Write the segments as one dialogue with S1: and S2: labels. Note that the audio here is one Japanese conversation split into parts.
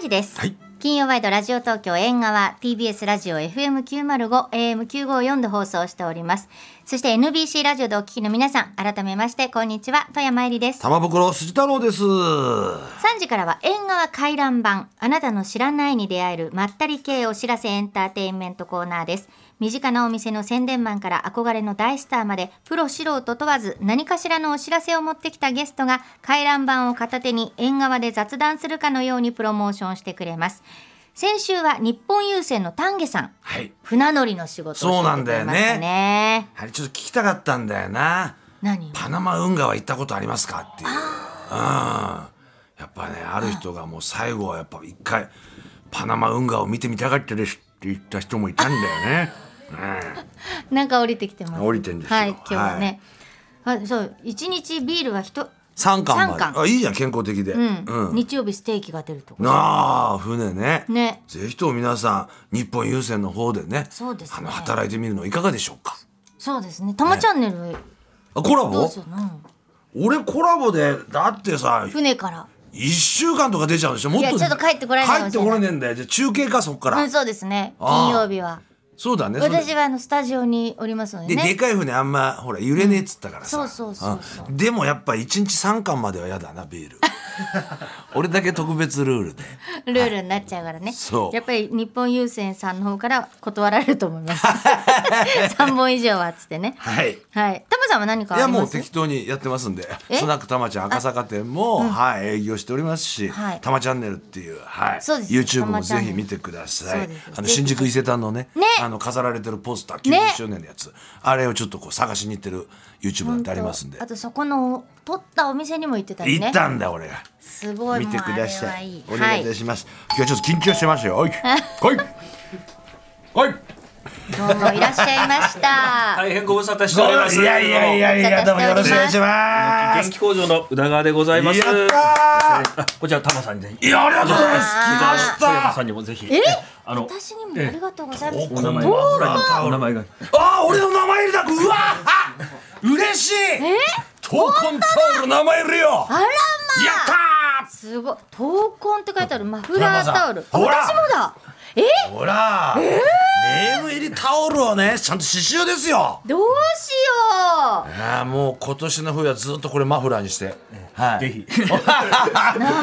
S1: 時です、
S2: はい
S1: 金曜ワイドラジオ東京縁側 TBS ラジオ FM905 AM954 で放送しておりますそして NBC ラジオでお聞きの皆さん改めましてこんにちは富山えりです
S2: 玉袋筋太郎です。
S1: 3時からは縁側回覧版あなたの知らないに出会えるまったり系お知らせエンターテインメントコーナーです身近なお店の宣伝マンから憧れの大スターまでプロ素人問わず何かしらのお知らせを持ってきたゲストが回覧版を片手に縁側で雑談するかのようにプロモーションしてくれます先週は日本郵船の丹下さん
S2: はい。
S1: 船乗りの仕事を教えてくれました
S2: そうなんだ
S1: ね
S2: あれちょっと聞きたかったんだよな。
S1: 何
S2: パナマ運河は行ったことありますかっていう。うん。やっぱね、ある人がもう最後はやっぱ一回、パナマ運河を見てみたかったですって言った人もいたんだよね。
S1: なんか降りてきてます
S2: 降りてんですよ
S1: はい今日はね、あそう一日ビールは一
S2: 三巻ま
S1: 三
S2: で。
S1: 貫
S2: あ、いいじゃん、健康的で。う
S1: うん日曜日ステーキが出るとか
S2: なあ、船ね。
S1: ね
S2: ぜひとも皆さん、日本郵船の方でね、
S1: そうですね
S2: あの働いてみるのいかがでしょうか。
S1: そうですね「たまチャンネル」
S2: あコラ
S1: どう
S2: ボ
S1: するの
S2: 俺コラボで、だってさ、
S1: 船から
S2: 一週間とか出ちゃうでしょもっと
S1: いやちょっと帰ってこられないか
S2: 帰
S1: も
S2: っ
S1: してれ
S2: こ
S1: ない
S2: られねえんだよじゃあ中継かそっから、
S1: うんそうですね
S2: ああ
S1: 金曜日は
S2: そうだねそれ
S1: 私はあのスタジオにおりますの
S2: で
S1: で
S2: で
S1: ね
S2: かい船あんまほら揺れねえっつったからさ、
S1: そうそうそうそう
S2: うんでもやっぱ一日三巻まではやだなビ ール俺だけ特別ルールで
S1: ルールになっちゃうからね
S2: そう
S1: やっぱり日本郵船さんの方から断られると思い ます三本以上はっつってね
S2: はい
S1: はいタマさんは何か
S2: い
S1: あ
S2: や
S1: り
S2: も
S1: ま
S2: う
S1: す
S2: 適当にやってますんで
S1: え
S2: スナックたまちゃん赤坂店も、はい営業しておりますし、
S1: はい
S2: たまチャンネルっていう,、はい、
S1: そうです
S2: YouTube
S1: たま
S2: も
S1: チャン
S2: ぜ
S1: ネル
S2: ひ見てくださ
S1: そ
S2: いう
S1: です
S2: あの
S1: ぜひ
S2: 新宿伊勢丹のね
S1: ね
S2: あの飾られてるポスター
S1: ね
S2: 90周年のやつ、あれをちょっとこう探しに行ってる YouTube なんてありますんで
S1: あとそこの取ったお店にも行ってたり
S2: 行
S1: ね
S2: ったんだ俺が
S1: すごい
S2: 見てください
S1: も
S2: お
S1: うあれはい
S2: 願い
S1: い
S2: いたします、今日はちょっと緊張してま すよおいおいおい
S1: どうもいらっしゃいました
S3: 大変ご無沙汰しております。
S2: いやいやいやいやどうもよろしくお願いします
S3: 元気工場の宇田川でございます。
S2: やっ
S3: あ
S2: た
S3: こちらタマさんにぜひ。
S2: ーいやありがとうございます
S3: あー
S2: 来ました
S3: 小山さんにもぜひ。えあの
S1: 私にもありがとうございます
S2: え
S3: お名前
S2: こんばん
S3: が
S2: は
S3: お名前が
S2: あー俺の名前入れたうわあ嬉しいえ闘魂タオル名前入れよ
S1: あらまあ
S2: やった
S1: すごい闘魂って書いてあるマフラータオルあ
S2: ほら
S1: 私もだえ
S2: ーほら、ネーム入りタオルをねちゃんと刺繍ですよ
S1: どうしよ
S2: ああもう今年の冬はずっとこれマフラーにして、はい
S3: ぜひ。
S1: う名前が入っ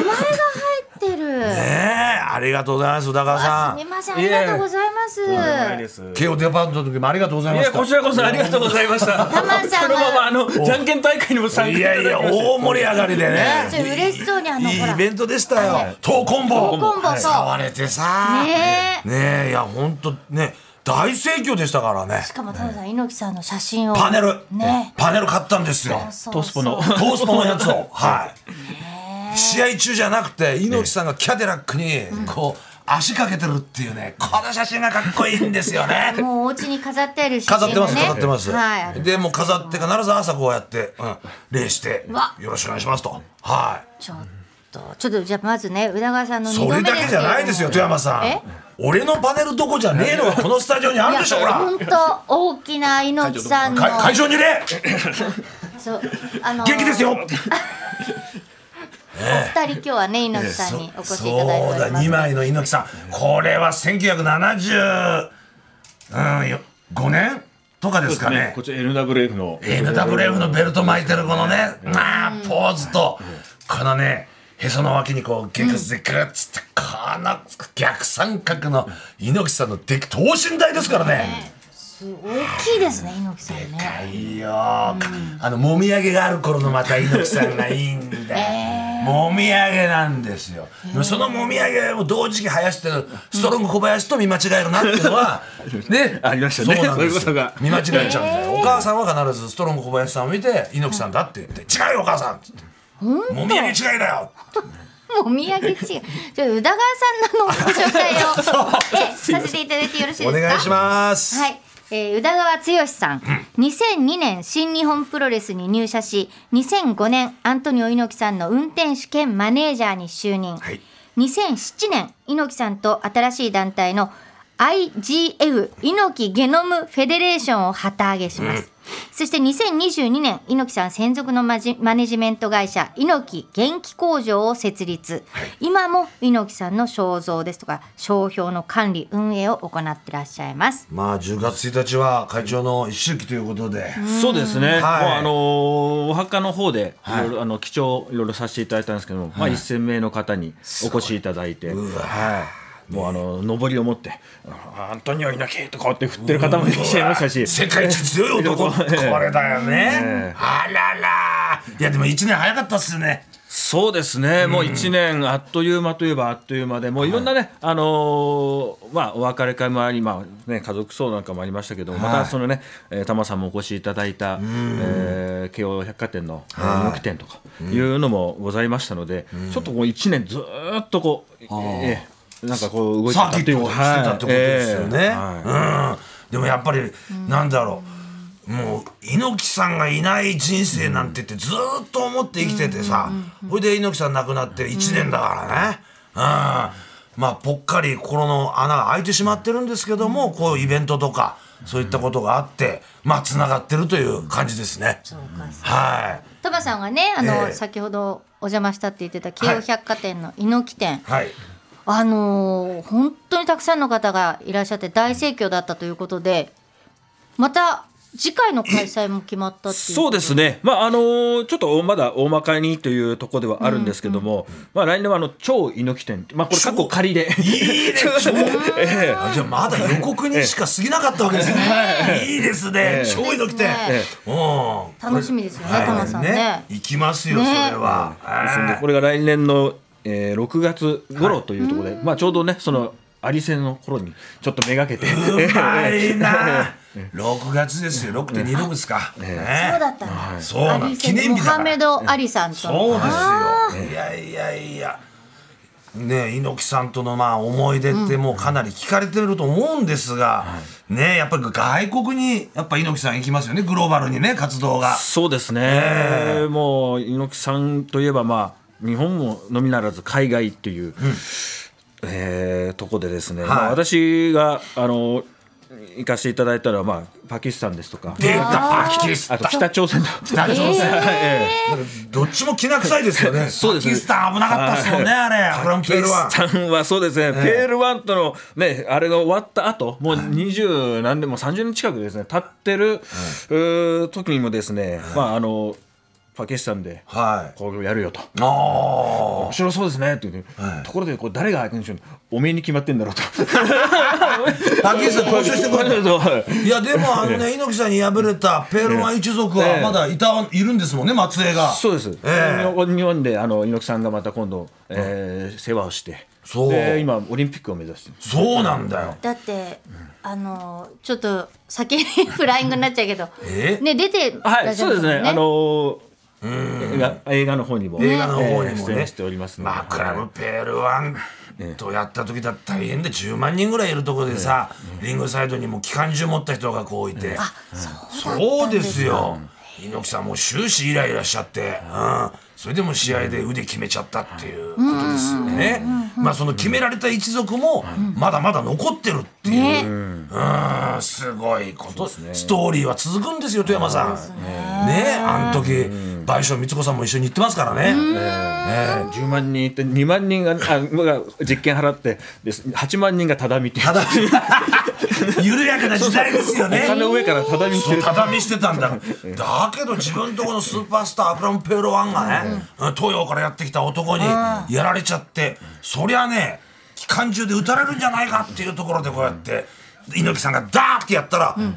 S1: てる、
S2: ねえありがとうございます宇田川さ
S1: すみ
S2: ん
S1: ませんありがとうございます
S2: 慶応デパートの時もありがとうござい
S3: い
S2: まし
S3: や
S2: た
S3: こちらこそありがとうございました。
S1: タマさんは
S3: そのままあのじゃんけん大会にも参加
S2: い
S3: いただ
S2: や
S3: き
S2: い
S3: まし
S2: や
S3: て
S2: 大盛り上がりでね
S1: ちょっと嬉しそうにあの
S2: いい
S1: ほら
S2: イベントでしたよ闘魂棒
S1: 闘魂棒そう
S2: 触れてさ
S1: ねえ
S2: ねえいや本当ね大盛況でしたからね
S1: しかもタムさん猪木さんの写真を
S2: パネル、
S1: ね
S2: パネル買ったんですよ
S1: そう
S3: トスポの
S1: そう
S2: トースポのやつをはい試合中じゃなくて猪木さんがキャデラックにこう足かけてるっていうねこの写真がかっこいいんですよね
S1: もうお家に飾ってある写
S2: 飾っ
S1: 真
S2: て
S1: も
S2: ます
S1: ね
S2: 飾ってます、
S1: はいあれ
S2: でもう飾って必ず朝こうやって、うん、礼して
S1: わ
S2: よろしくお願いしますとは
S1: ちょっとちょっとじゃあまずね宇田川さんの
S2: い
S1: 二
S2: そ
S1: 度目
S2: れ
S1: です
S2: だけじゃないですよ富山さ
S1: え
S2: ん俺のパネルどこじゃねえのがこのスタジオにあるでしょほら
S1: 本当大きな猪木さんの
S2: 会会場に礼
S1: そうあの
S2: 元気ですよ
S1: 二人今日はね猪木さんにお越しいただいております
S2: そうだ2枚の猪木さんこれは1970うんよ5年とかですかね
S3: こちら NWF の
S2: NWF のベルト巻いてるこのねまあポーズとこのねへその脇にこうゲクスでクッつってこの逆三角の猪木さんのでっ等身大ですからね。
S1: すごい大きいですね猪木さん
S2: で
S1: ね
S2: かいよ、かあのもみあげがある頃のまた猪木さんがいいんだよ、もみあげなんですよ、そのもみあげを同時期生やしてるストロング小林と見間違えるなっていうのは、ね
S3: ありましたね
S2: そうなんですよ
S3: そういうことが
S2: 見間違えちゃうんだよ、お母さんは必ずストロング小林さんを見て猪木さんだって言って「違うよお母さん」っつって「もみあげ違いだよ」
S1: もみあげ違うじゃあ宇田川さんのご紹介 をえさせていただいてよろしいですか
S2: お願いします、
S1: はい、えー宇田川剛さん、2002年新日本プロレスに入社し2005年アントニオ猪木さんの運転手兼マネージャーに就任、
S2: はい
S1: 2007年猪木さんと新しい団体の IGF 猪木ゲノムフェデレーションを旗揚げします、そして2022年猪木さん専属のマジマネジメント会社猪木元気工場を設立、今も猪木さんの肖像ですとか商標の管理運営を行ってらっしゃいます
S2: まあ10月1日は会長の一周忌ということで、
S3: そうです
S2: は
S3: ね、
S2: い
S3: もうあのーお墓の方で、いろいろあの記帳いろいろさせていただいたんですけども、まあ、1000名の方にお越しいただいて。はいもうあの上りを持ってあアントニオ猪木とかって振ってる方もいらっしゃいましたし
S2: 世界一強い 男これだよねあららいやでも1年早かったっすね
S3: そうですね、もう1年あっという間といえばあっという間で、もういろんなね、あのーまあ、お別れ会もあり、まあね、家族葬なんかもありましたけど、またそのね、えー、玉さんもお越しいただいた、えー京王百貨店のえー猪木店とかいうのもございましたので、ちょっとこう1年ずーっとこう、えーなんかこう動いて
S2: サ
S3: た
S2: ーキ
S3: とい
S2: ッ
S3: う
S2: トをしてたってことですよね、
S3: はいえーはい
S2: うん、でもやっぱりなんだろうもう猪木さんがいない人生なんてってずーっと思って生きててさほいで猪木さん亡くなって1年だからねうんまあぽっかり心の穴が開いてしまってるんですけどもこういうイベントとかそういったことがあってまあつながってるという感じですねはい
S1: トマさんがねあの、
S2: ええ
S1: 先ほどお邪魔したって言ってた京王百貨店の猪木店、
S2: はい
S1: あのー本当にたくさんの方がいらっしゃって大盛況だったということでまた次回の開催も決まったっていう
S3: そうですすね、まああのーちょっとまだ大まかにというところではあるんですけども、まあ、来年はあの超猪木店、まあ、これ、過去仮で。
S2: いいね
S3: ええ
S2: あじゃあまだ予告にしか過ぎなかったわけですね。いいですね。ちょいどきて。
S1: え
S2: うん。
S1: 楽しみですよね
S2: はい
S1: タマさんね
S2: 行きますよ、
S1: ね
S2: それは。
S3: ですのでこれが来年の、えー6月頃というところで、まあ、ちょうどねそのアリ戦の頃にちょっとめがけて
S2: うまいな。6月ですよ、6.2度ですか。ね
S1: そうだったんだ、
S2: そうな
S1: ア
S2: の
S1: リ
S2: 記
S1: 先生
S2: 念
S1: モ
S2: 日だ
S1: ハ
S2: か
S1: メ
S2: ら。
S1: ド・アリさんと
S2: そうですよ。いやいやいや。ねえ、猪木さんとのまあ思い出ってもうかなり聞かれてると思うんですが、ねえやっぱり外国にやっぱ猪木さん行きますよねグローバルにね活動が。
S3: そうですね、もう猪木さんといえば、まあ、日本ものみならず海外っていう、えーとこでですね、まあ、私があの行かせていただいたのは、まあ、パキスタンですとか
S2: 出たパキスタ
S3: あ
S2: ン
S3: と北朝鮮だ
S2: 北朝鮮、
S3: え
S2: どっちもきな臭いですよね。
S3: そうです
S2: パキスタン危なかったですもんね、あれ。フランペールは。
S3: パキスタンはそうですね、ペールワンとの、ね、あれが終わった後もう20何年も30年近くですね経ってる、うー時にもですね、まああのパキスタンで
S2: はい。
S3: こうやるよと。
S2: あ
S3: 面白そうですねって言って、ところでこう誰が相手にしようおめえに決まってんだろうと
S2: あ。パキスタン交渉してくれ た。いや、でも、あのね、猪木さんに敗れたペールマン一族は
S3: ええ
S2: まだいた、いるんですもんね、松江が。
S3: そうです、
S2: ええ
S3: 日本であの猪木さんがまた今度、えー世話をして
S2: そう
S3: で今オリンピックを目指して
S2: そうなんだよ。
S1: だって、あのーちょっと先にフライングになっちゃうけど
S2: え
S1: ね出て
S3: はい、そうですね。
S1: の
S3: あのー映画映画の方にも
S2: 映画の方
S3: え
S2: に
S3: ー
S2: も
S3: 出
S2: ね
S3: 演しております。ので
S2: まあ、クラブペールワンとやった時だったら大変で10万人ぐらいいるところでさ、リングサイドにも機関銃持った人がこういて。そうですよ。猪木さんもう終始イライラしちゃって、うん、それでも試合で腕決めちゃったっていうことですよね。まあその決められた一族もまだまだ残ってるっていう、うん、すごいこと、ストーリーは続くんですよ富山さん。ねあの時賠償光子さんも一緒に行ってますからね。ね
S3: 10万人いて2万人があが実験払ってです8万人が畳っ て
S2: ただ緩やかな時代ですよ
S3: お
S2: ね。
S3: 金の上から畳して
S2: そう
S3: る
S2: 畳してたん だだけど自分とこのスーパースターアクラン・ペーロワンがね、東洋からやってきた男にやられちゃって、そりゃね機関銃で撃たれるんじゃないかっていうところでこうやって猪木さんがダーってやったら、うん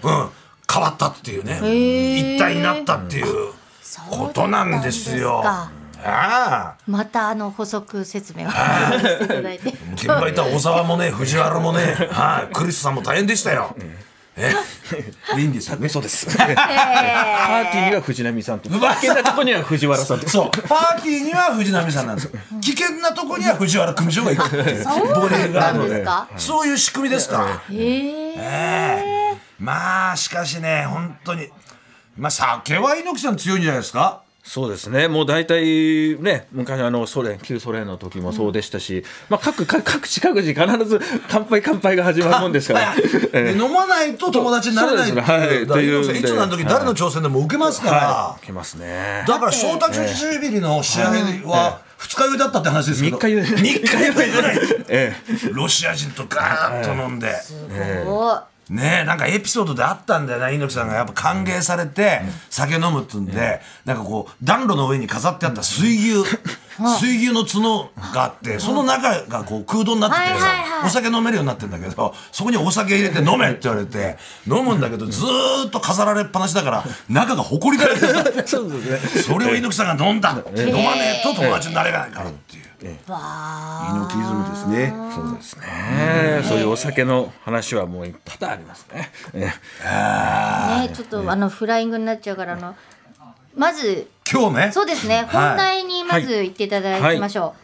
S2: 変わったっていうね一体になったっていうことなんです
S1: そう
S2: よ。
S1: だったん
S2: ああ
S1: またあの補足説明をしていただいて
S2: 現場いた小沢もね藤原もね、はい、クリスさんも大変でしたよ。えいいんですよね。
S3: そうです。パーティーには藤波さんと危険なとこには藤原さんと
S2: そう、パーティーには藤波さんなんですよ。危険なとこには藤原組長が行くっていう、
S1: そうだったん
S2: の
S1: ですか
S2: そういう仕組みですから。
S1: へえ
S2: まあ、しかしね、本当に。まあ、酒は猪木さん強いんじゃないですか。
S3: そうですね、もう大体ね、昔あのソ連、旧ソ連の時もそうでしたし、まあ各各各地各地、必ず乾杯、乾杯が始まるもんですから、
S2: で
S3: え
S2: 飲まないと友達になれないって
S3: そうそうです
S2: い
S3: ね
S2: う、だから猪
S3: はい
S2: 木さんい
S3: と
S2: つ
S3: いう
S2: の時誰の挑戦でも受けますから、
S3: え来ますね。
S2: だから翔太中シビリの試合は二日酔いだったって話ですけど
S3: 三日酔い
S2: 三日酔いぐらい
S3: え
S2: ロシア人とガーッと飲んで。
S1: すごい
S2: ねえなんかエピソードであったんだよな猪木さんがやっぱ歓迎されて酒飲むっつうんでなんかこう暖炉の上に飾ってあった水牛水牛の角があってその中がこう空洞になって
S1: はい
S2: て
S1: はいはい
S2: お酒飲めるようになってんだけどそこにお酒入れて飲めって言われて飲むんだけどずーっと飾られっぱなしだから中が埃だらけになって
S3: え、そうですね。
S2: それを猪木さんが飲んだって飲まねえと友達になれないからっていう猪木イズムですね
S3: そうですね。そういうお酒の話はもう多々ありますね。え
S1: ねちょっとあのフライングになっちゃうからあのまず
S2: 今日ね
S1: そうですね
S2: はい
S1: 本題にまず行っていただきましょう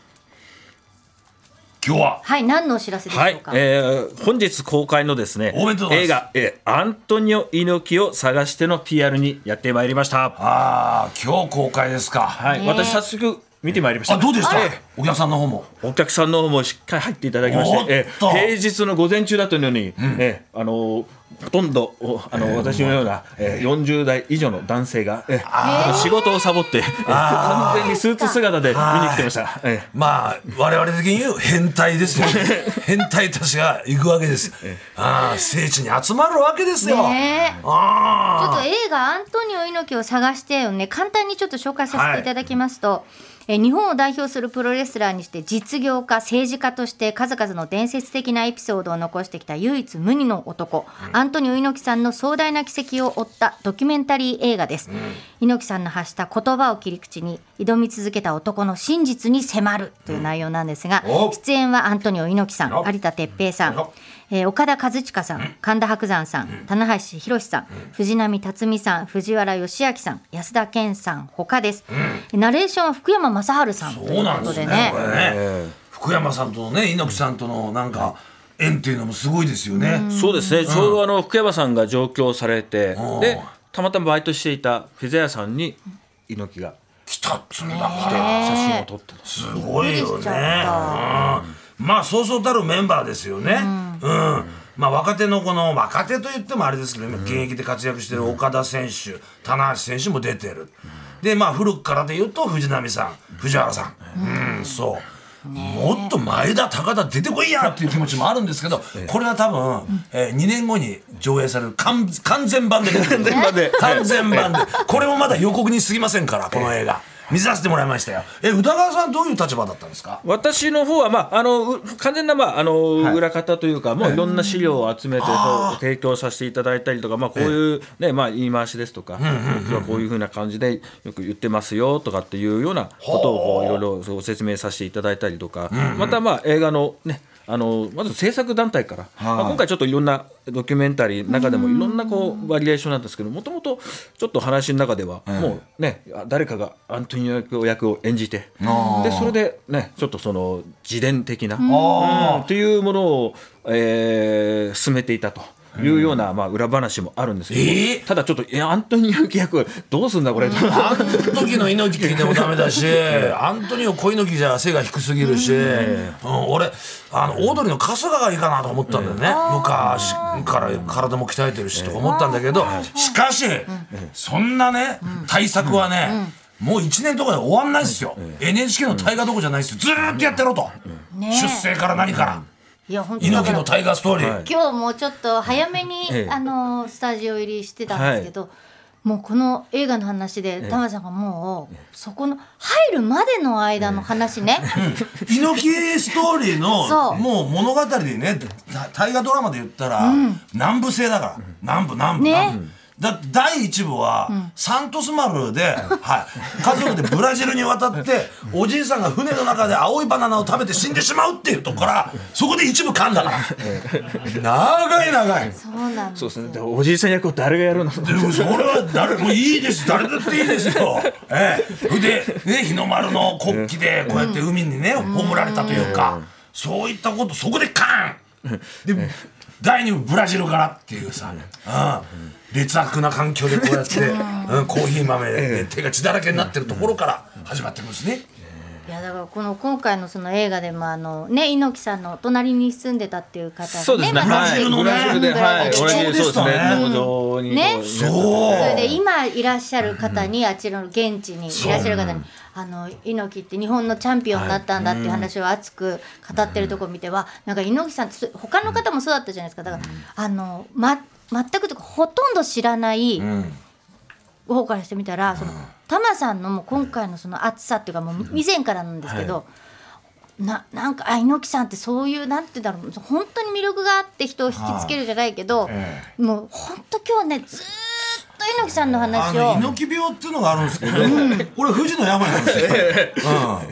S2: 今日は
S1: はい何のお知らせでし
S3: は
S1: ょう
S3: い
S1: か、
S3: えー本日公開のですね
S2: おめでとうござい
S3: 映
S2: ま
S3: 画、えーアントニオ猪木を探して」の PR にやってまいりました、
S2: ああ今日公開ですか
S3: はい
S1: ね
S3: 私早速見てまいりました
S2: あどうでした
S3: えー
S2: お客さんの方も
S3: お客さんの方もしっかり入っていただきまして、え
S2: おっと
S3: ー平日の午前中だったのに、えーあのーほとんどおあの、私のような、えー40代以上の男性が、えーあの仕事をサボって、えー完全にスーツ姿で見に来てました。えー
S2: まあ我々的に言う変態ですよ変態たちが行くわけですああ聖地に集まるわけですよ
S1: ねえちょっと
S2: ああ
S1: 映画「アントニオ猪木を探して」をね簡単にちょっと紹介させていただきますと、えー日本を代表するプロレスラーにして実業家政治家として数々の伝説的なエピソードを残してきた唯一無二の男、アントニオ猪木さんの壮大な軌跡を追ったドキュメンタリー映画です、猪木さんの発した言葉を切り口に挑み続けた男の真実に迫るという内容なんですが、
S2: お
S1: 出演はアントニオ猪木さ
S2: よ
S1: ん有田哲平さん
S2: よ、
S1: えー岡田和親さん神田伯山さん棚橋宏さん藤波辰巳さん藤原義明さん安田顕さん他です、ナレーションは福山雅治さんとい
S2: そう
S1: う
S2: な
S1: こ
S2: んで
S1: と
S2: す
S1: で
S2: ね
S1: ね
S2: これね福山さんとのね猪木さんとのなんか縁っていうのもすごいですよね
S3: そうですね、ちょうどあの福山さんが上京されて
S2: うん、
S3: でたまたまバイトしていたフィザ屋さんに猪木が
S2: 来たっつうんだから
S3: 写真を撮ってます。
S2: すごいよ
S1: びっくりし
S2: ね。
S1: ち
S2: うん
S1: ゃ
S2: まあそうそうたるメンバーですよね。うん。まあ若手のこの若手と言ってもあれですけど、今現役で活躍してる岡田選手、棚橋選手も出てる。でまあ古くからで言うと藤波さん、藤原さん、うん、そう。もっと前田高田出てこいやっていう気持ちもあるんですけど、これは多分、えー、2年後に上映される完完全版で出てくる
S3: 全版で
S2: 完全版でこれもまだ予告に過ぎませんからこの映画見させてもらいましたよえ宇田川さんどういう立場だったんですか
S3: 私の方はまああのう完全なまああの、
S2: い
S3: 裏方というかもういろんな資料を集めて、こう提供させていただいたりとかまあこういうねまあ言い回しですとか、僕はこういうふうな感じでよく言ってますよとかっていうようなことをこういろいろそう説明させていただいたりとか、またまあ映画のねあのまず制作団体から、まあ今回ちょっといろんなドキュメンタリーの中でもいろんなこうバリエーションなんですけどもともとちょっと話の中ではもうね、あ誰かがアントニオ役を演じてでそれでねちょっとその自伝的な、うんっていうものを、えー進めていたと。いうような、まあ、裏話もあるんですけど、
S2: えー
S3: ただちょっといやアントニオ猪木役どうすんだこれ、
S2: あの時の猪木聞いてもダメ だしアントニオ小猪木じゃ背が低すぎるし、うん、俺あのオードリーの春日がいいかなと思ったんだよね、昔から体も鍛えてるしとか思ったんだけど、しかし、そんなね対策はね、もう1年とかで終わんないっすよ、NHK の大河どこじゃないっすよずーっとやってろと、
S1: ね
S2: 出生から何から。
S1: いや本当だ
S2: 猪
S1: か
S2: 木
S1: ら
S2: の大河ストーリー、
S3: はい
S1: 今日もちょっと早めに、
S3: ええ
S1: あのスタジオ入りしてたんですけど、もうこの映画の話で玉さんがもうそこの入るまでの間の話ね、
S2: 猪木ストーリー
S1: そ
S2: の
S1: う
S2: もう物語でねた大河ドラマで言ったら、南部制だから、南部南部、
S1: ね
S2: 南部だ第1部は、サントスマルで、はい、家族でブラジルに渡っておじいさんが船の中で青いバナナを食べて死んでしまうっていうとこからそこで一部噛んだから長い長い。
S1: そうなんです
S3: そうですねでおじいさん役を誰がやるの
S2: でもそれは誰もいいです誰だっていいですよ。ええ、それで、ね、日の丸の国旗でこうやって海にね、葬られたというかそういったことそこでカーンで第二部ブラジルからっていうさ、うん、劣悪な環境でこうやって、うん、コーヒー豆で手が血だらけになってるところから始まってくるんですね。
S1: いやだからこの今回のその映画でもあのね猪木さんの隣に住んでたっていう方がね
S3: そうですね。
S1: また
S3: は
S2: ブラジ
S3: い。
S2: ルの
S3: ブ
S2: ね
S3: ラジルで、はい。
S2: 貴重
S3: オレンジ
S2: でしたね
S3: そうですね。農場
S1: ね
S3: にこう
S2: そう
S1: それで今いらっしゃる方に、あちらの現地にいらっしゃる方に、あの猪木って日本のチャンピオンになったんだっていう話を熱く語ってるとこ見ては、なんか猪木さんつ他の方もそうだったじゃないですかだから、あの、ま、全くというかほとんど知らない方からしてみたら、そのタマさんのもう今回のその熱さっていうかもう以前からなんですけど。ななんかあ猪木さんってそういうなんて言うんだろう本当に魅力があって人を引きつけるじゃないけど、
S2: え
S1: もう本当今日ねずーっと猪木さんの
S2: あ
S1: 話を
S2: の猪木病っていうのがあるんですけど、これ富士の病なんですよ、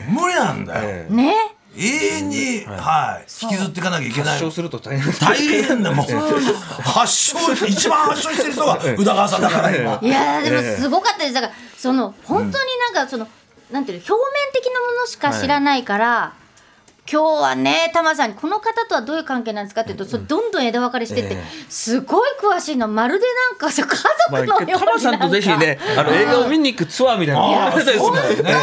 S2: うん、無理なんだよ、
S1: ね
S2: 永遠に、はい、引きずっていかなきゃいけない
S3: 発症すると大変。
S2: 大変だもう発症一番発症してる人が宇田川さんだから今
S1: いやーでも
S3: ええ
S1: すごかったですだからその本当になんかその、なんていうの表面的なものしか知らないから、今日はねタマさんにこの方とはどういう関係なんですかって言うと、それどんどん枝分かれしてって、
S3: ええ
S1: すごい詳しいのまるでなんかそう家
S3: まあ、
S1: 族のようになん
S3: タ
S1: か、
S3: マさんとぜひね、あの映画を見に行くツアーみたいなのやってたりするんだよね。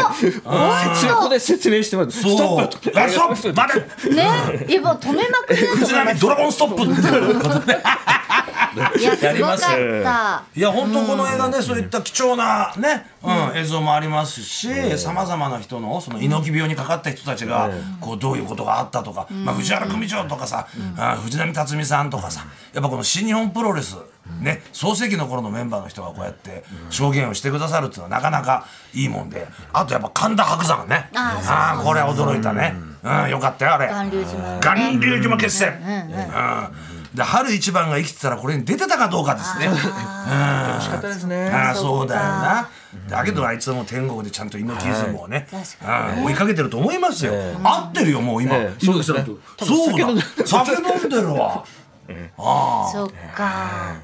S1: 本当
S3: そこで説明してもらって、スト
S2: そう
S3: ップ
S2: あストップ待て
S1: ねいやもう止めまくりだと思い
S2: 藤
S1: ま
S2: 波ドラゴンストップっていうことで
S1: すいやす
S2: やり
S1: ごか
S2: ま
S1: っ
S2: す
S1: た。
S2: いや本当この映画ね、そういった貴重なね、うん、映像もありますしさまざまな人のその猪木病にかかった人たちが、こうどういうことがあったとか、まあ、藤原組長とかさ、あ藤波辰巳さんとかさやっぱこの新日本プロレス、ね創世紀の頃のメンバーの人がこうやって証言をしてくださるっていうのはなかなかいいもんであとやっぱ神田伯山ね
S1: あ
S2: ああこれは驚いたね、うん、よかったよあれ。
S1: 巌流島のね
S2: 巌流島決戦、うんで春一番が生きてたらこれに出てたかどうかですね。うん
S3: 仕方ですね。
S2: ああ
S1: そ
S2: そうう
S1: か
S2: だよな、だけどあいつはもう天国でちゃんと猪木イズムをね、
S1: 確
S2: うん追いかけてると思いますよ、合ってるよもう今、
S3: ええそうですね
S2: 猪木さんとそうだ酒飲んでるわ
S1: そっか。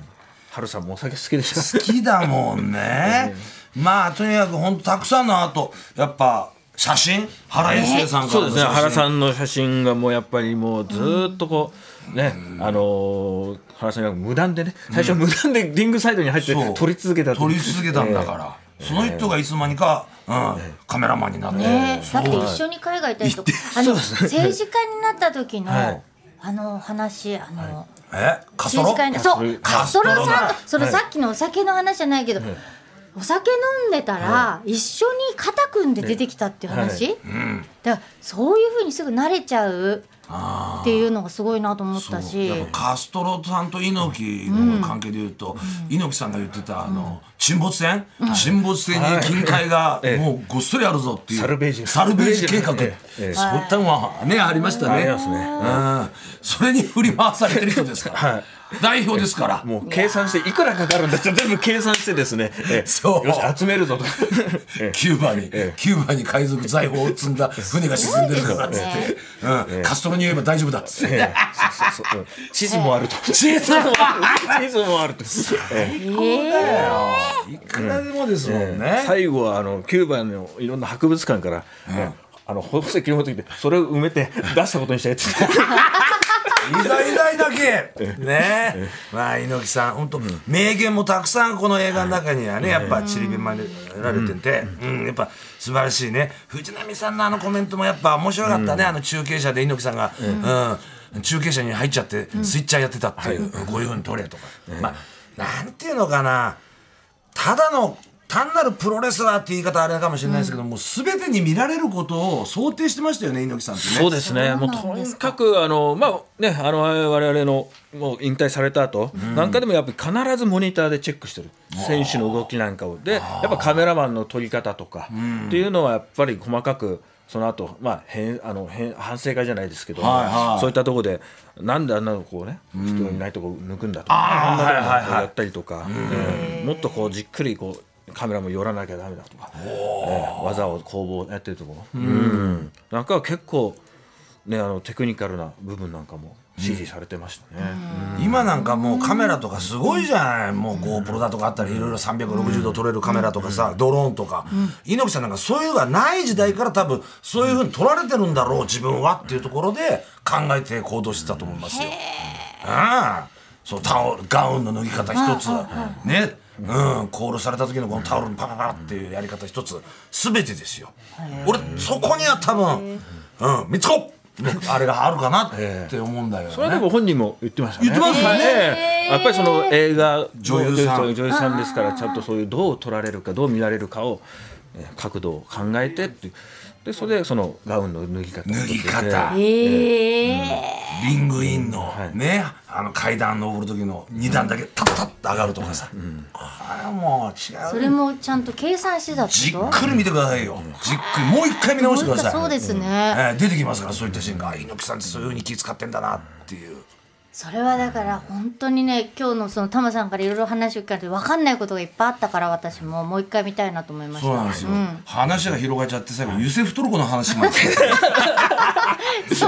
S3: 春さんもお酒好きでした。
S2: 好きだもん ね、まあとにかく本当たくさんの後やっぱ写真原英生さんか
S3: そう
S2: ら
S3: で
S2: の
S3: すね
S2: 写
S3: 原
S2: 真
S3: さんの写真がもうやっぱりもうずーっとこうねあのー原さんが無断でね最初無断でリングサイドに入って
S2: そう
S3: 撮り続けたっていう
S2: 撮り続けたんだから、その人がいつの間にか、うんカメラマンになって、
S1: ね
S2: そ
S1: だ
S2: う
S1: って一緒に海外行ったりとか、あの政治家になった時の、
S3: はい
S1: あの話、あの、
S2: えカスト
S1: 政
S2: ロ
S1: 治家になそうカ
S2: カ
S1: ス
S2: ス
S1: ト
S2: ト
S1: ロ
S2: ロ
S1: さんと、
S2: はい
S1: そのさっきのお酒の話じゃないけど、お酒飲んでたら、一緒に肩組んで出てきたっていう話、だからそういうふうにすぐ慣れちゃうっていうのがすごいなと思ったし、
S2: やっぱカストロさんと猪木の関係でいうと、猪木さんが言ってたあの沈没船、沈没船に近海が
S3: ええ
S2: もうごっそりあるぞっていう
S3: サルベージ
S2: サルベージ計画、
S3: ええええ
S2: そういったのはねありました
S3: あ
S2: ね
S3: りますね
S2: うん、それに振り回されてる人ですから、
S3: はい
S2: 代表ですから
S3: もう計算していくらかかるんだって全部計算してですね、ええ
S2: そう
S3: よし集めるぞと、 ええ
S2: キューバに、
S3: ええ
S2: キューバに海賊財宝を積んだ船が沈んでるからっつって、うん、カストロに言えば大丈夫だっつって、
S3: ええそうそうそううん地図もある と地図もある地図もあると、ええ
S2: いくらでもですもんね、
S3: 最後はあのキューバのいろんな博物館から、ええあの宝石を持ってきてそれを埋めて出したことにしたやつ
S2: 偉大偉大だけねえまあ猪木さん本当、名言もたくさんこの映画の中にはね、やっぱちりびまれられてて、うんやっぱ素晴らしいね藤波さんのあのコメントもやっぱ面白かったね、あの中継車で猪木さんが、うん中継車に入っちゃって、スイッチャーやってたっていう、こういうふうに撮れとか、まあなんていうのかなただの単なるプロレスラーって言い方あれかもしれないですけど、もう全てに見られることを想定してましたよね猪木さんってね。
S3: そうですね。もう
S1: そう
S3: と
S1: なんで
S3: に
S1: す
S3: かくあのまあねあの我々のもう引退された後、なんかでもやっぱり必ずモニターでチェックしてる選手の動きなんかをでやっぱカメラマンの撮り方とかっていうのはやっぱり細かく。その後、まあ、変あの変反省会じゃないですけど、
S2: はいはい
S3: そういったところでなんであんなのこうね人いないとこ抜くんだと
S2: あ
S3: か、
S2: ー
S3: あんなの
S2: はいはいはい
S3: やったりとか、うんもっとこうじっくりこうカメラも寄らなきゃダメだとか、ええ技を攻防やってるところ、うんなんか結構ね、あのテクニカルな部分なんかも支持されてましたね。
S2: 今なんかもうカメラとかすごいじゃないもう GoPro だとかあったりいろいろ360度撮れるカメラとかさドローンとか猪木さんなんかそういうのがない時代から多分そういうふうに撮られてるんだろう自分はっていうところで考えて行動してたと思いますよ。ああそのタオルガウンの脱ぎ方一つねうん、コールされた時のこのタオルのパパパっていうやり方一つ全てですよ俺そこには多分「うん、三つ子!」のあれがあるかなって思うんだけ
S3: それ
S2: ど
S3: はで
S2: ね
S3: も本人も言ってましたね。
S2: 言ってますよね
S3: ええやっぱりその映画
S2: 女優さん
S3: 女優さんですからちゃんとそういうどう撮られるかどう見られるかをえー角度を考えてっていうでそれでそのガウンの脱ぎ方
S2: 脱ぎ方
S1: え
S2: リングインの
S3: はい
S2: ねあの階段登る時の2段だけタッタッと上がるとかさこれはも
S1: そう
S2: 違
S1: れ
S2: う
S1: もちゃんと計算してたって
S2: じっ
S1: こと
S2: くり見てくださいよじっくりもう一回見直してください
S1: そうですね、
S2: えー出てきますからそういったシーンがあ猪木さんってそういうふうに気遣ってんだなっていう
S1: それはだから本当にね今日のそのタマさんからいろいろ話を聞かれて分かんないことがいっぱいあったから私ももう一回見たいなと思いました
S2: そうなんですよ、話が広がっちゃって最後ユセフトルコの話まで
S1: そ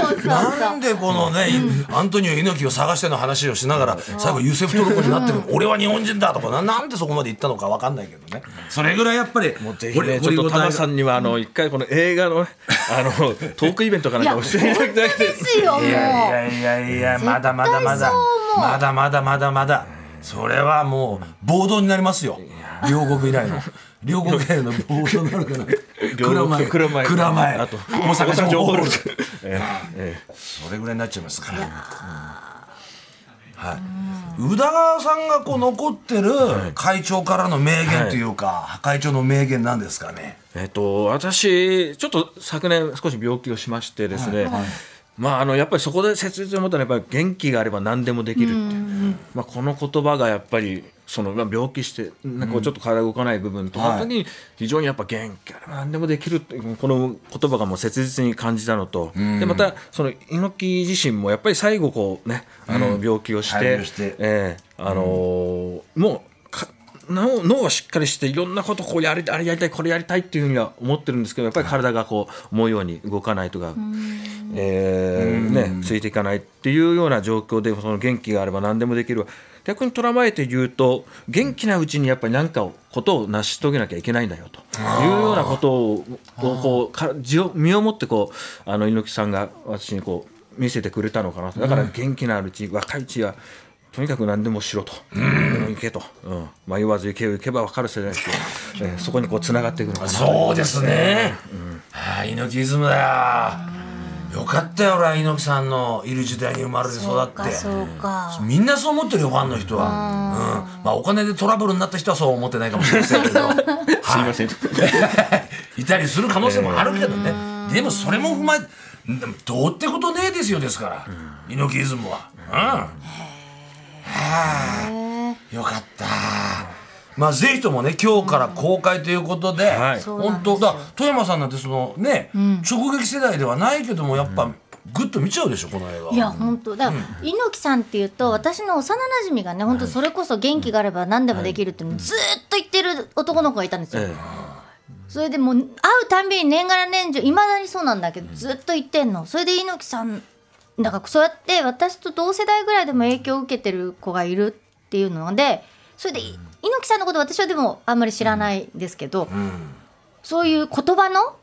S1: うそうそう
S2: なんでこのね、アントニオ猪木を探しての話をしながら最後ユセフトルコになってる、俺は日本人だとかななんでそこまで言ったのかわかんないけどねそれぐらいやっぱり
S3: もうぜひね、ちょっとタマさんにはあの一回この映画のねあのトークイベントかなんか教えていただきたい
S1: で。すよもう
S2: いやいやいやいやまだまだまだ
S1: そう思う
S2: まだまだまだまだそれはもう暴動になりますよ両国以来の両国以来の暴動になるから
S3: 両国
S2: 蔵前蔵前
S3: あと
S2: 大阪城ホール
S3: ええ
S2: それぐらいになっちゃいますから。はい。宇田川さんがこう残ってる会長からの名言というか、会長の名言なんですかね。
S3: えっと、私、ちょっと昨年、少し病気をしましてですね、まあ、あのやっぱりそこで切実に思ったのは、やっぱり元気があれば何でもできるっていう、まあ、この言葉がやっぱり、そのまあ病気して、なんかこうちょっと体動かない部分とかの時に、非常にやっぱ元気あれば何でもできるっていう、この言葉がもう切実に感じたのと、でまた、その猪木自身もやっぱり最後、こうね、あの病気をし
S2: 廃
S3: て、
S2: 病して
S3: ええあのーもうか脳脳はしっかりしていろんなことこうやりあれやりたいこれやりたいっていうふうには思ってるんですけどやっぱり体がこう思うように動かないとか、えーね、ついていかないっていうような状況でその元気があれば何でもできるわ逆にとらまえて言うと元気なうちにやっぱり何かをことを成し遂げなきゃいけないんだよというようなことををこうかじを身をもってこうあの猪木さんが私にこう見せてくれたのかなとだから元気なうち、若いうちはとにかく何でもしろと、うん、行けと、うん、迷わず行けよ行けば分かる世代ですよ、えーそこにこうつながっていくのかな
S2: そうですね。ああ、猪木イズムだよ。よかったよ、俺は猪木さんのいる時代に生まれて育
S1: そう
S2: っ
S1: か
S2: て。
S1: そうか
S2: みんなそう思ってるよ、ファンの人は。うん。まあ、お金でトラブルになった人はそう思ってないかもしれませんけ ど。
S3: すいません
S2: いたりする可能性もあるけどね、でもそれも踏まえどうってことねえですよですから、猪木イズムは。うん、はあよかった。まあぜひともね今日から公開ということで、
S3: はい
S2: 本当だ富山さんなんてそのね、直撃世代ではないけどもやっぱ、ぐっと見ちゃうでしょこの映画
S1: いや本当だから、猪木さんっていうと私の幼馴染がね本当それこそ元気があれば何でもできるっていうのをずーっと言ってる男の子がいたんですよ、
S3: え
S1: それでもう会うたんびに年がら年中いまだにそうなんだけどずっと言ってんのそれで猪木さんだからそうやって私と同世代ぐらいでも影響を受けてる子がいるっていうのでそれで猪木さんのこと私はでもあんまり知らないですけど、そういう言葉の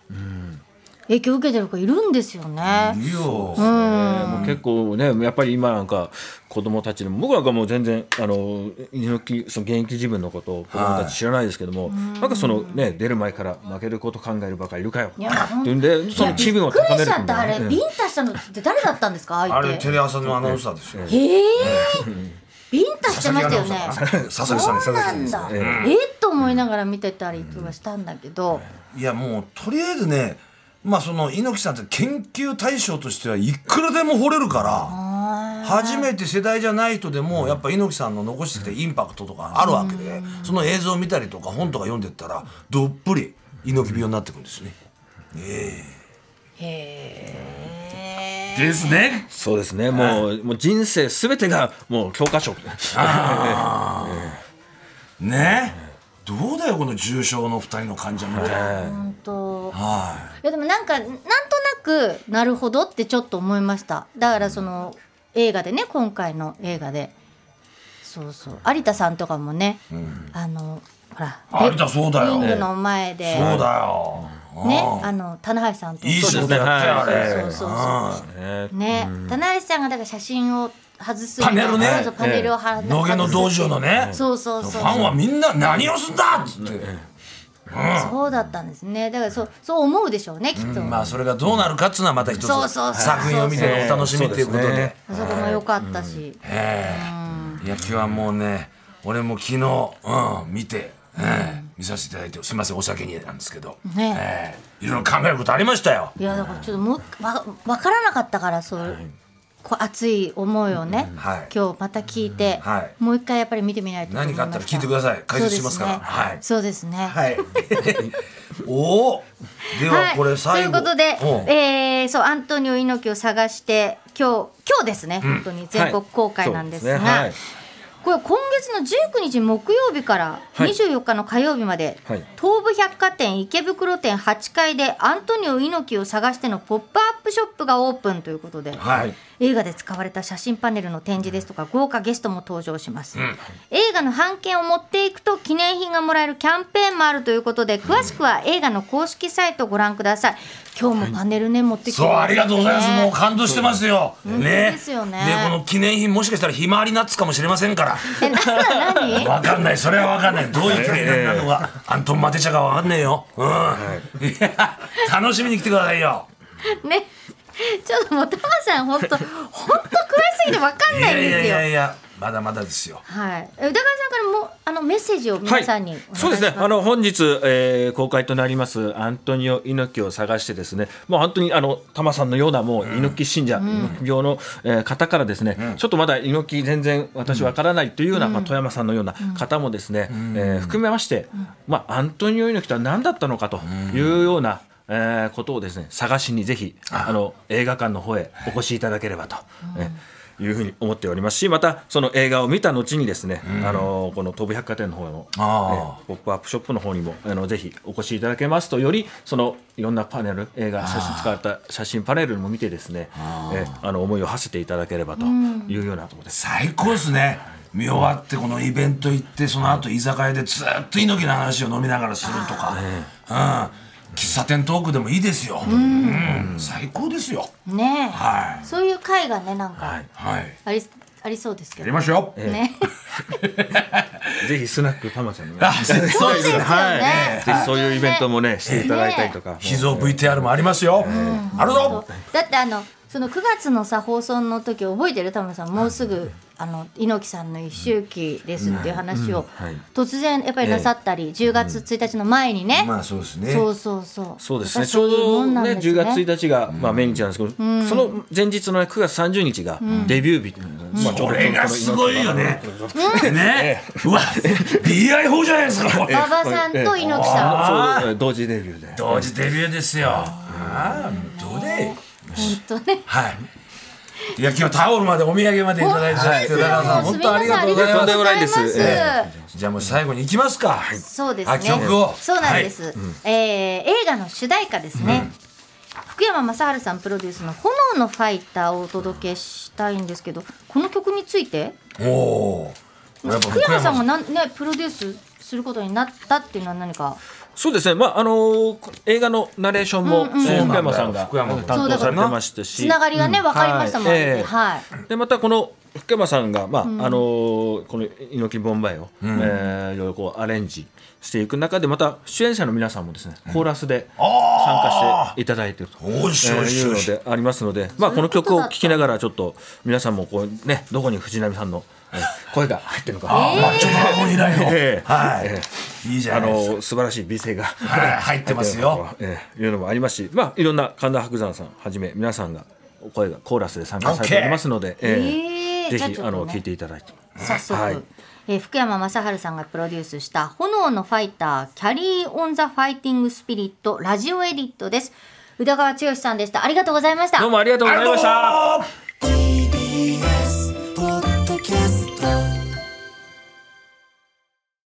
S1: 影響を受けてる子いるんですよね。
S2: いいよ、
S3: えもう結構ねやっぱり今なんか子供たちでも僕なんかもう全然あの猪木その現役自分のことを子供たち知らないですけども、なんかそのね出る前から負けること考えるばかりいるかよ
S1: いや本当
S3: っていうんでその気分を
S1: びっく
S3: 高
S1: りし
S3: める
S1: ち
S3: た
S1: ゃ
S3: め
S1: っ
S3: に
S1: たあれ
S3: ええ
S1: ビンタしたのって誰だったんですか
S2: あ
S1: 相
S2: れ
S1: 手
S2: テレ朝のアナウンサーですよ、
S1: ええビンタしてましたよね
S2: 佐々木アナウンサー佐々木さんです
S1: そうな
S2: 佐々木
S1: ん
S2: さ
S1: だ
S2: ん
S1: え
S2: ですうん
S1: ーっと思いながら見てたりとかしたんだけど
S2: いやもうとりあえずねまあその猪木さんって研究対象としてはいくらでも掘れるから初めて世代じゃない人でもやっぱ猪木さんの残してきたインパクトとかあるわけでその映像を見たりとか本とか読んでったらどっぷり猪木病になってくんですね。
S1: へえ
S2: ですね。
S3: そうですねもうもう人生すべてがもう教科書
S2: ねどうだよこの重症の二人の患者みたいな。
S1: 本当
S2: はい
S1: やでもなんかなんとなくなるほどってちょっと思いましただからその映画でね今回の映画でそうそう有田さんとかもね、あのほら
S2: 有田そうだよ
S1: リングの前で、
S2: そうだよ。
S1: ねあの棚橋さんと
S2: いい仕事やったよあ
S3: そうです
S2: れ。
S1: そうそうそう
S2: うん
S1: ね、棚橋さんがだから写真を外す
S2: パネルね
S1: そうそうパネルをは
S2: 野毛の道場のね
S1: そうそう
S2: フ
S1: そう
S2: ァンはみんな何をすんだっつって、
S1: そうだったんですねだからそうそう思うでしょうねきっと、
S2: まあそれがどうなるかっつうのはまた一つ
S1: そうそうそう
S2: 作品を見てのお楽しみということで,、
S3: そうですね
S1: あそこも良かったし、
S2: ええ野球はもうね俺も昨日、うん、見て、ええ見させていただいてすみませんお酒になんですけど、
S1: ね
S2: ええいろいろ考えることありましたよ
S1: いやだからちょっともうわわからなかったからそう、こう熱い思いをね、
S2: はい
S1: 今日また聞いて、
S2: はい
S1: もう一回やっぱり見てみないとと思い
S2: 何
S1: ま
S2: かあったら聞いてくだ
S1: さい
S2: さい解説しますからはい
S1: そうですね、はい
S2: はい おおではこれ最後、
S1: ということで
S2: おう、
S1: えー、そうアントニオ猪木を探して今日今日ですね、本当に全国公開なんですが、
S3: はい
S1: これ今月の19日木曜日から
S3: はい
S1: 24日の火曜日まで、
S3: はい
S1: 東武百貨店池袋店8階でアントニオ猪木を探してのポップアップショップがオープンということで、
S2: はい
S1: 映画で使われた写真パネルの展示ですとか豪華ゲストも登場します、映画の版権を持っていくと記念品がもらえるキャンペーンもあるということで詳しくは映画の公式サイトをご覧ください今日もパネルね持ってきて
S2: そう、ありがとうございます。もう感動してますよ。ね。
S1: ですよね
S2: この記念品もしかしたらひまわりナッツかもしれませんから。
S1: えなんだ何
S2: わかんない。それはわかんない。どういう記念品なのか、アントンマテ茶かわかんないよ。うん。いや楽しみに来てくださいよ。
S1: ねちょっともうタマさん本当本当詳しすぎてわかん
S2: い
S1: ない
S2: や
S1: んで
S2: いやい
S1: すよ
S2: やいや、まだまだですよ。
S1: はいえ宇田川さんからもあのメッセージを皆さんにお願いします、
S3: そうですね。あの本日、えー公開となりますアントニオ猪木を探してですね、もう本当にあのタマさんのようなもう猪木信者、猪木病の、えー方からですね、ちょっとまだ猪木全然私わからないというような、まあ富山さんのような方もですね、えー含めまして、まあアントニオ猪木とは何だったのかというような。えーことをですね探しにぜひあの映画館の方へお越しいただければと、えいうふうに思っておりますしまたその映画を見た後にですね、あのこの東武百貨店の方の
S2: あ
S3: えーポップアップショップの方にもあのぜひお越しいただけますとよりそのいろんなパネル映画写真使われた写真パネルも見てですねえーあの思いを馳せていただければというようなところです。
S2: 最高ですね。見終わってこのイベント行ってその後居酒屋でずっと猪木の話を飲みながらするとか、うん、喫茶店トークでもいいですよ、うん、最高ですよ
S1: ねえ
S2: はい
S1: そういう会がねなんか
S3: はい、
S2: はい
S1: あり,、ありそうですけ
S2: や
S1: ど
S2: りましょう
S1: ね
S3: ぜひスナックたまちゃんにも、
S2: あそうですね
S3: そうですねは
S1: ね
S3: い、ぜひそういうイベントもねしていただいたりとか、
S2: 秘蔵 VTR もありますよ。あるぞ。
S1: だってあのその9月のさ放送の時覚えてる田村さんもうすぐあの猪木さんの一周忌ですっていう話を
S3: うんはい
S1: 突然やっぱりなさったり、10月1日の前にね、
S2: まあそうですね。
S1: そうそうそう
S3: そうですね。
S1: やっぱ
S3: ちょう
S1: そういうも
S3: ど
S1: んなん
S3: ね、
S1: ですね
S3: 10月1日がまあ命日なんですけど、その前日のね9月30日がデビュー日。まあちょう
S2: こ
S3: ど
S2: れがすごいよね。ね。うわ、BI4 じゃないですか。これ
S1: 馬場さんと猪木さん
S3: そうえー同時デビューで。
S2: 同時デビューですよ。ああ、どうで。
S1: 本当ね
S2: はい。いや今日タオルまでお土産までいただいちゃ
S1: 本当で
S2: って
S1: すよ
S2: 田中さん本当ありがとうござい
S3: とん
S2: ま。
S3: ですもないです
S1: ありがとうございます
S2: じゃあもう最後に行きますか。
S1: そうです
S2: あ
S1: ね。
S2: 曲を
S1: そうなんです。えー映画の主題歌ですね。福山雅治さんプロデュースの炎のファイターをお届けしたいんですけど、この曲について
S2: おおー。やっぱ
S1: 福山さんがなんねプロデュースすることになったっていうのは何か。
S3: そうですね。まああのーこ映画のナレーションもえ
S2: そうな
S3: ー
S2: んだよ
S3: 福山さんが
S2: 福山君
S3: 担当されてましたし
S1: つ。ながりがね、わかりましたもん
S3: はいえ
S1: ね。
S3: え
S1: はい。
S3: でまたこの福山さんが、まああのーこの「猪木ボンバイを」えーいろいろこうアレンジしていく中でまた出演者の皆さんもですねコーラスで参加していただいていると、
S2: おいしい
S3: えー
S2: おいしい
S3: いう
S2: おい
S3: の
S2: しい
S3: でありますので、まあ、
S1: そういうこと
S3: この曲を聴きながらちょっと皆さんもこう、ね、どこに藤波さんのえー声が入ってるのか。
S2: あーまあちょっと箱にいないの。
S3: ええ
S2: はい。いいじゃ
S3: あ
S2: ないですか。
S3: の素晴らしい美声が、
S2: はい入ってますよ。
S3: ええいうのもありますし、まあ、いろんな神田伯山さんはじめ皆さんがお声がコーラスで参加されておりますので、
S1: ええ
S3: ぜ
S1: じゃあちょっ
S3: ひ
S1: とね
S3: あの聞いていただいて。
S1: 早速、
S3: はい
S1: えー福山雅治さんがプロデュースした「炎のファイターキャリー・オン・ザ・ファイティング・スピリット」ラジオエディットです宇田川剛さんでしたありがとうございました
S3: どうもありがとうございました。
S2: ありがとう